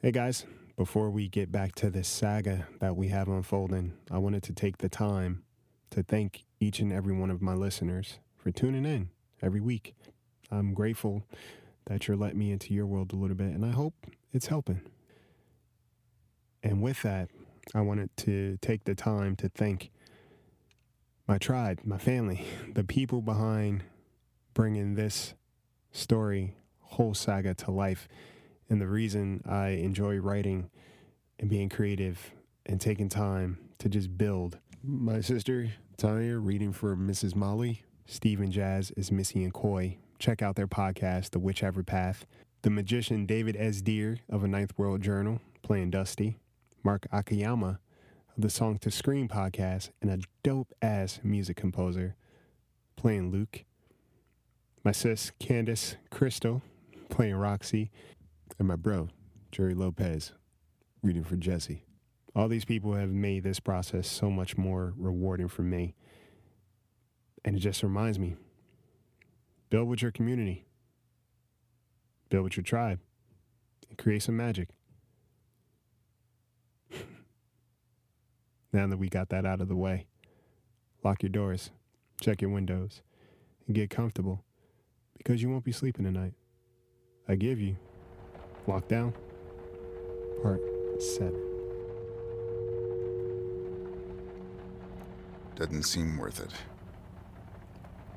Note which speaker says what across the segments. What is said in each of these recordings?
Speaker 1: Hey guys, before we get back to this saga that we have unfolding, I wanted to take the time to thank each and every one of my listeners for tuning in every week. I'm grateful that you're letting me into your world a little bit, and I hope it's helping. And with that, I wanted to take the time to thank my tribe, my family, the people behind bringing this story, whole saga to life and the reason I enjoy writing and being creative and taking time to just build. My sister Tanya reading for Mrs. Molly. Steve and Jazz is Missy and Coy. Check out their podcast, The Whichever Path. The magician David S. Deer of a Ninth World Journal playing Dusty. Mark Akiyama of the Song to Screen podcast and a dope ass music composer playing Luke. My sis Candace Crystal playing Roxy and my bro, Jerry Lopez, reading for Jesse. All these people have made this process so much more rewarding for me. And it just reminds me build with your community, build with your tribe, and create some magic. now that we got that out of the way, lock your doors, check your windows, and get comfortable because you won't be sleeping tonight. I give you. Lockdown, Part 7.
Speaker 2: Doesn't seem worth it.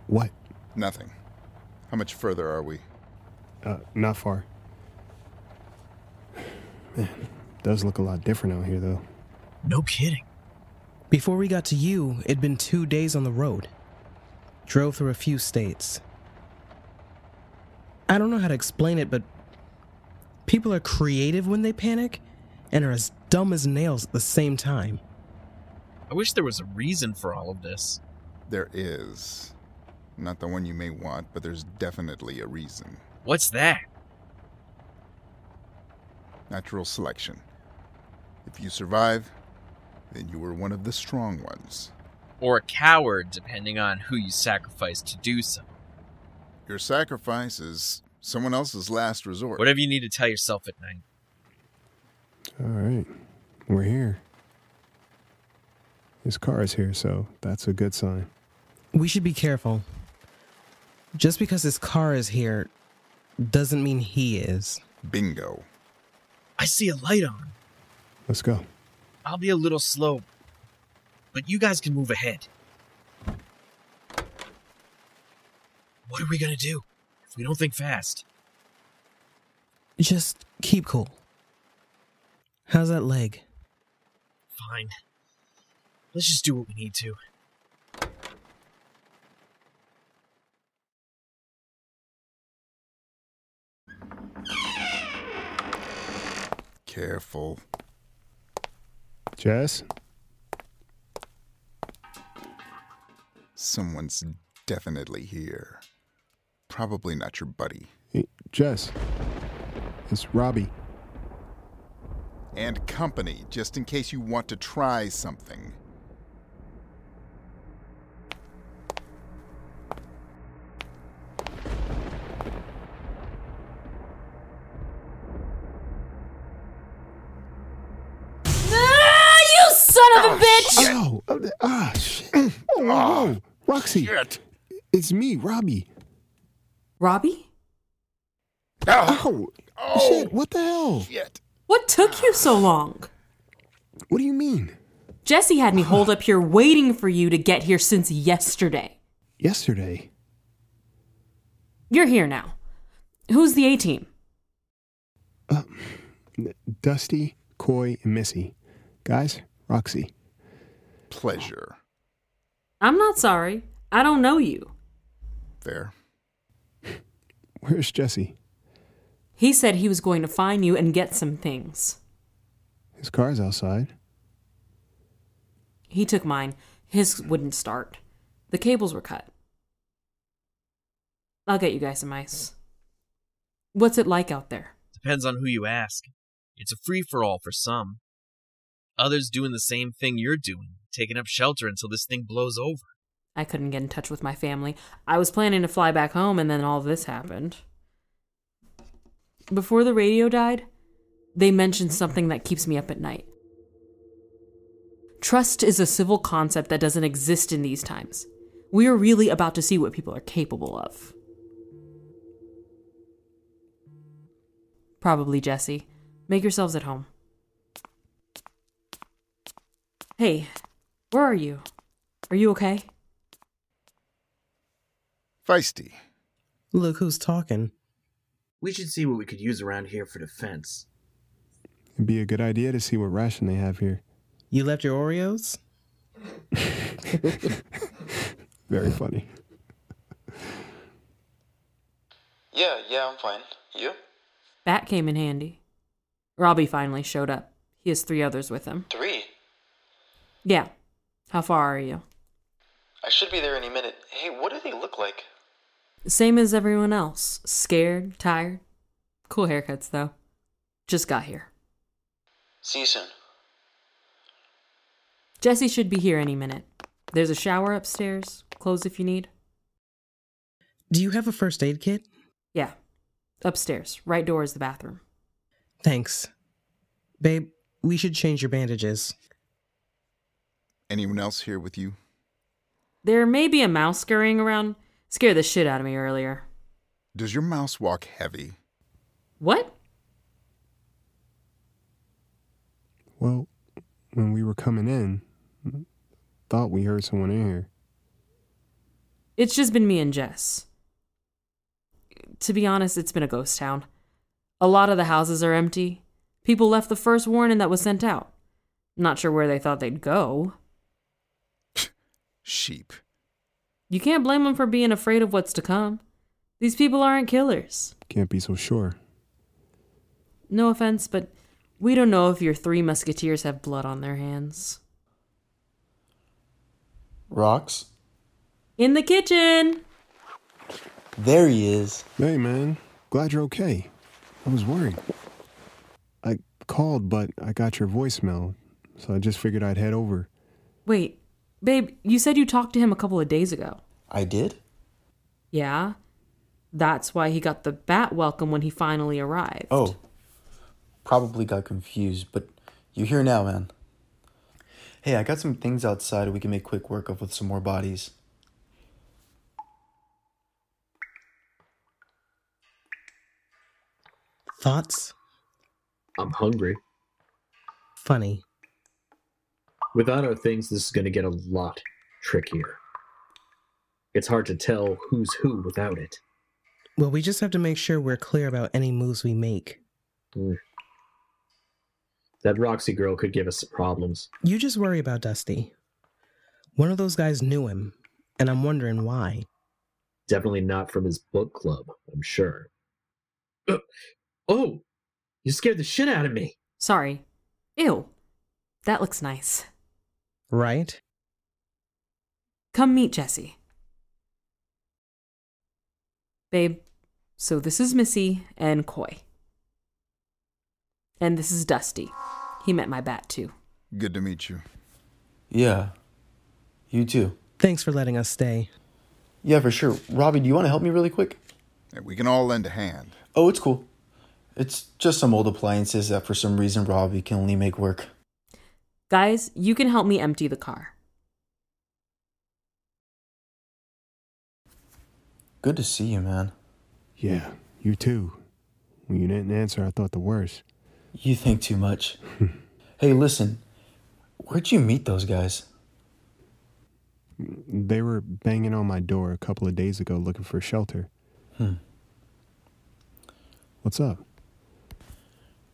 Speaker 1: What?
Speaker 2: Nothing. How much further are we?
Speaker 1: Uh, not far. Man, does look a lot different out here, though.
Speaker 3: No kidding. Before we got to you, it'd been two days on the road. Drove through a few states. I don't know how to explain it, but people are creative when they panic and are as dumb as nails at the same time.
Speaker 4: I wish there was a reason for all of this.
Speaker 2: There is. Not the one you may want, but there's definitely a reason.
Speaker 4: What's that?
Speaker 2: Natural selection. If you survive, then you were one of the strong ones.
Speaker 4: Or a coward, depending on who you sacrifice to do so.
Speaker 2: Your sacrifice is someone else's last resort.
Speaker 4: Whatever you need to tell yourself at night.
Speaker 1: All right. We're here. His car is here, so that's a good sign.
Speaker 3: We should be careful. Just because his car is here doesn't mean he is.
Speaker 2: Bingo.
Speaker 4: I see a light on.
Speaker 1: Let's go.
Speaker 4: I'll be a little slow, but you guys can move ahead. What are we gonna do if we don't think fast?
Speaker 3: Just keep cool. How's that leg?
Speaker 4: Fine. Let's just do what we need to.
Speaker 2: Careful.
Speaker 1: Jess?
Speaker 2: Someone's definitely here. Probably not your buddy.
Speaker 1: Hey, Jess. It's Robbie.
Speaker 2: And company, just in case you want to try something.
Speaker 5: Ah, you son of a bitch!
Speaker 1: Oh! oh, th- Ah, shit. Oh, whoa. Roxy,
Speaker 2: Shit!
Speaker 1: it's me, Robbie.
Speaker 5: Robbie?
Speaker 1: Oh, shit, what the hell?
Speaker 2: Shit!
Speaker 5: What took you so long?
Speaker 1: What do you mean?
Speaker 5: Jesse had me hold up here waiting for you to get here since yesterday.
Speaker 1: Yesterday.
Speaker 5: You're here now. Who's the A team?
Speaker 1: Dusty, Coy, and Missy. Guys, Roxy.
Speaker 2: Pleasure.
Speaker 5: I'm not sorry. I don't know you.
Speaker 2: Fair.
Speaker 1: Where's Jesse?
Speaker 5: He said he was going to find you and get some things.
Speaker 1: His car's outside.
Speaker 5: He took mine. His wouldn't start. The cables were cut. I'll get you guys some ice. What's it like out there?
Speaker 4: Depends on who you ask. It's a free for all for some. Others doing the same thing you're doing, taking up shelter until this thing blows over.
Speaker 5: I couldn't get in touch with my family. I was planning to fly back home, and then all this happened. Before the radio died, they mention something that keeps me up at night. Trust is a civil concept that doesn't exist in these times. We are really about to see what people are capable of. Probably Jesse. Make yourselves at home. Hey, where are you? Are you okay?
Speaker 2: Feisty.
Speaker 3: Look who's talking.
Speaker 4: We should see what we could use around here for defense.
Speaker 1: It'd be a good idea to see what ration they have here.
Speaker 3: You left your Oreos?
Speaker 1: Very funny.
Speaker 6: Yeah, yeah, I'm fine. You?
Speaker 5: That came in handy. Robbie finally showed up. He has three others with him.
Speaker 6: Three.
Speaker 5: Yeah. How far are you?
Speaker 6: I should be there any minute. Hey, what do they look like?
Speaker 5: Same as everyone else. Scared, tired. Cool haircuts, though. Just got here.
Speaker 6: See you soon.
Speaker 5: Jesse should be here any minute. There's a shower upstairs. Clothes if you need.
Speaker 3: Do you have a first aid kit?
Speaker 5: Yeah. Upstairs. Right door is the bathroom.
Speaker 3: Thanks. Babe, we should change your bandages.
Speaker 2: Anyone else here with you?
Speaker 5: There may be a mouse scurrying around. Scared the shit out of me earlier.
Speaker 2: Does your mouse walk heavy?
Speaker 5: What?
Speaker 1: Well, when we were coming in, thought we heard someone in here.
Speaker 5: It's just been me and Jess. To be honest, it's been a ghost town. A lot of the houses are empty. People left the first warning that was sent out. Not sure where they thought they'd go.
Speaker 2: Sheep.
Speaker 5: You can't blame them for being afraid of what's to come. These people aren't killers.
Speaker 1: Can't be so sure.
Speaker 5: No offense, but we don't know if your three musketeers have blood on their hands.
Speaker 7: Rocks?
Speaker 5: In the kitchen!
Speaker 7: There he is.
Speaker 1: Hey, man. Glad you're okay. I was worried. I called, but I got your voicemail, so I just figured I'd head over.
Speaker 5: Wait, babe, you said you talked to him a couple of days ago.
Speaker 7: I did?
Speaker 5: Yeah? That's why he got the bat welcome when he finally arrived.
Speaker 7: Oh. Probably got confused, but you're here now, man. Hey, I got some things outside we can make quick work of with some more bodies.
Speaker 3: Thoughts?
Speaker 8: I'm hungry.
Speaker 3: Funny.
Speaker 8: Without our things, this is going to get a lot trickier. It's hard to tell who's who without it.
Speaker 3: Well, we just have to make sure we're clear about any moves we make.
Speaker 8: Mm. That Roxy girl could give us problems.
Speaker 3: You just worry about Dusty. One of those guys knew him, and I'm wondering why.
Speaker 8: Definitely not from his book club, I'm sure. Uh, oh, you scared the shit out of me.
Speaker 5: Sorry. Ew. That looks nice.
Speaker 3: Right?
Speaker 5: Come meet Jesse. Babe, so this is Missy and Coy. And this is Dusty. He met my bat too.
Speaker 2: Good to meet you.
Speaker 7: Yeah. You too.
Speaker 3: Thanks for letting us stay.
Speaker 7: Yeah, for sure. Robbie, do you want to help me really quick?
Speaker 2: And We can all lend a hand.
Speaker 7: Oh, it's cool. It's just some old appliances that for some reason Robbie can only make work.
Speaker 5: Guys, you can help me empty the car.
Speaker 7: Good to see you, man.
Speaker 1: Yeah, you too. When you didn't answer, I thought the worst.
Speaker 7: You think too much. hey, listen. Where'd you meet those guys?
Speaker 1: They were banging on my door a couple of days ago looking for shelter.
Speaker 7: Hmm.
Speaker 1: What's up?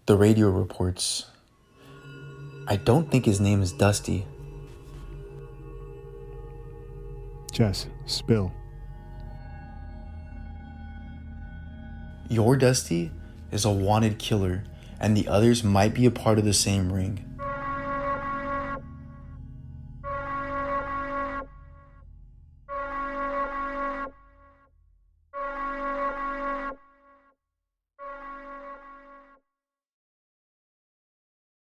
Speaker 7: The radio reports. I don't think his name is Dusty.
Speaker 1: Jess, spill.
Speaker 7: Your Dusty is a wanted killer, and the others might be a part of the same ring.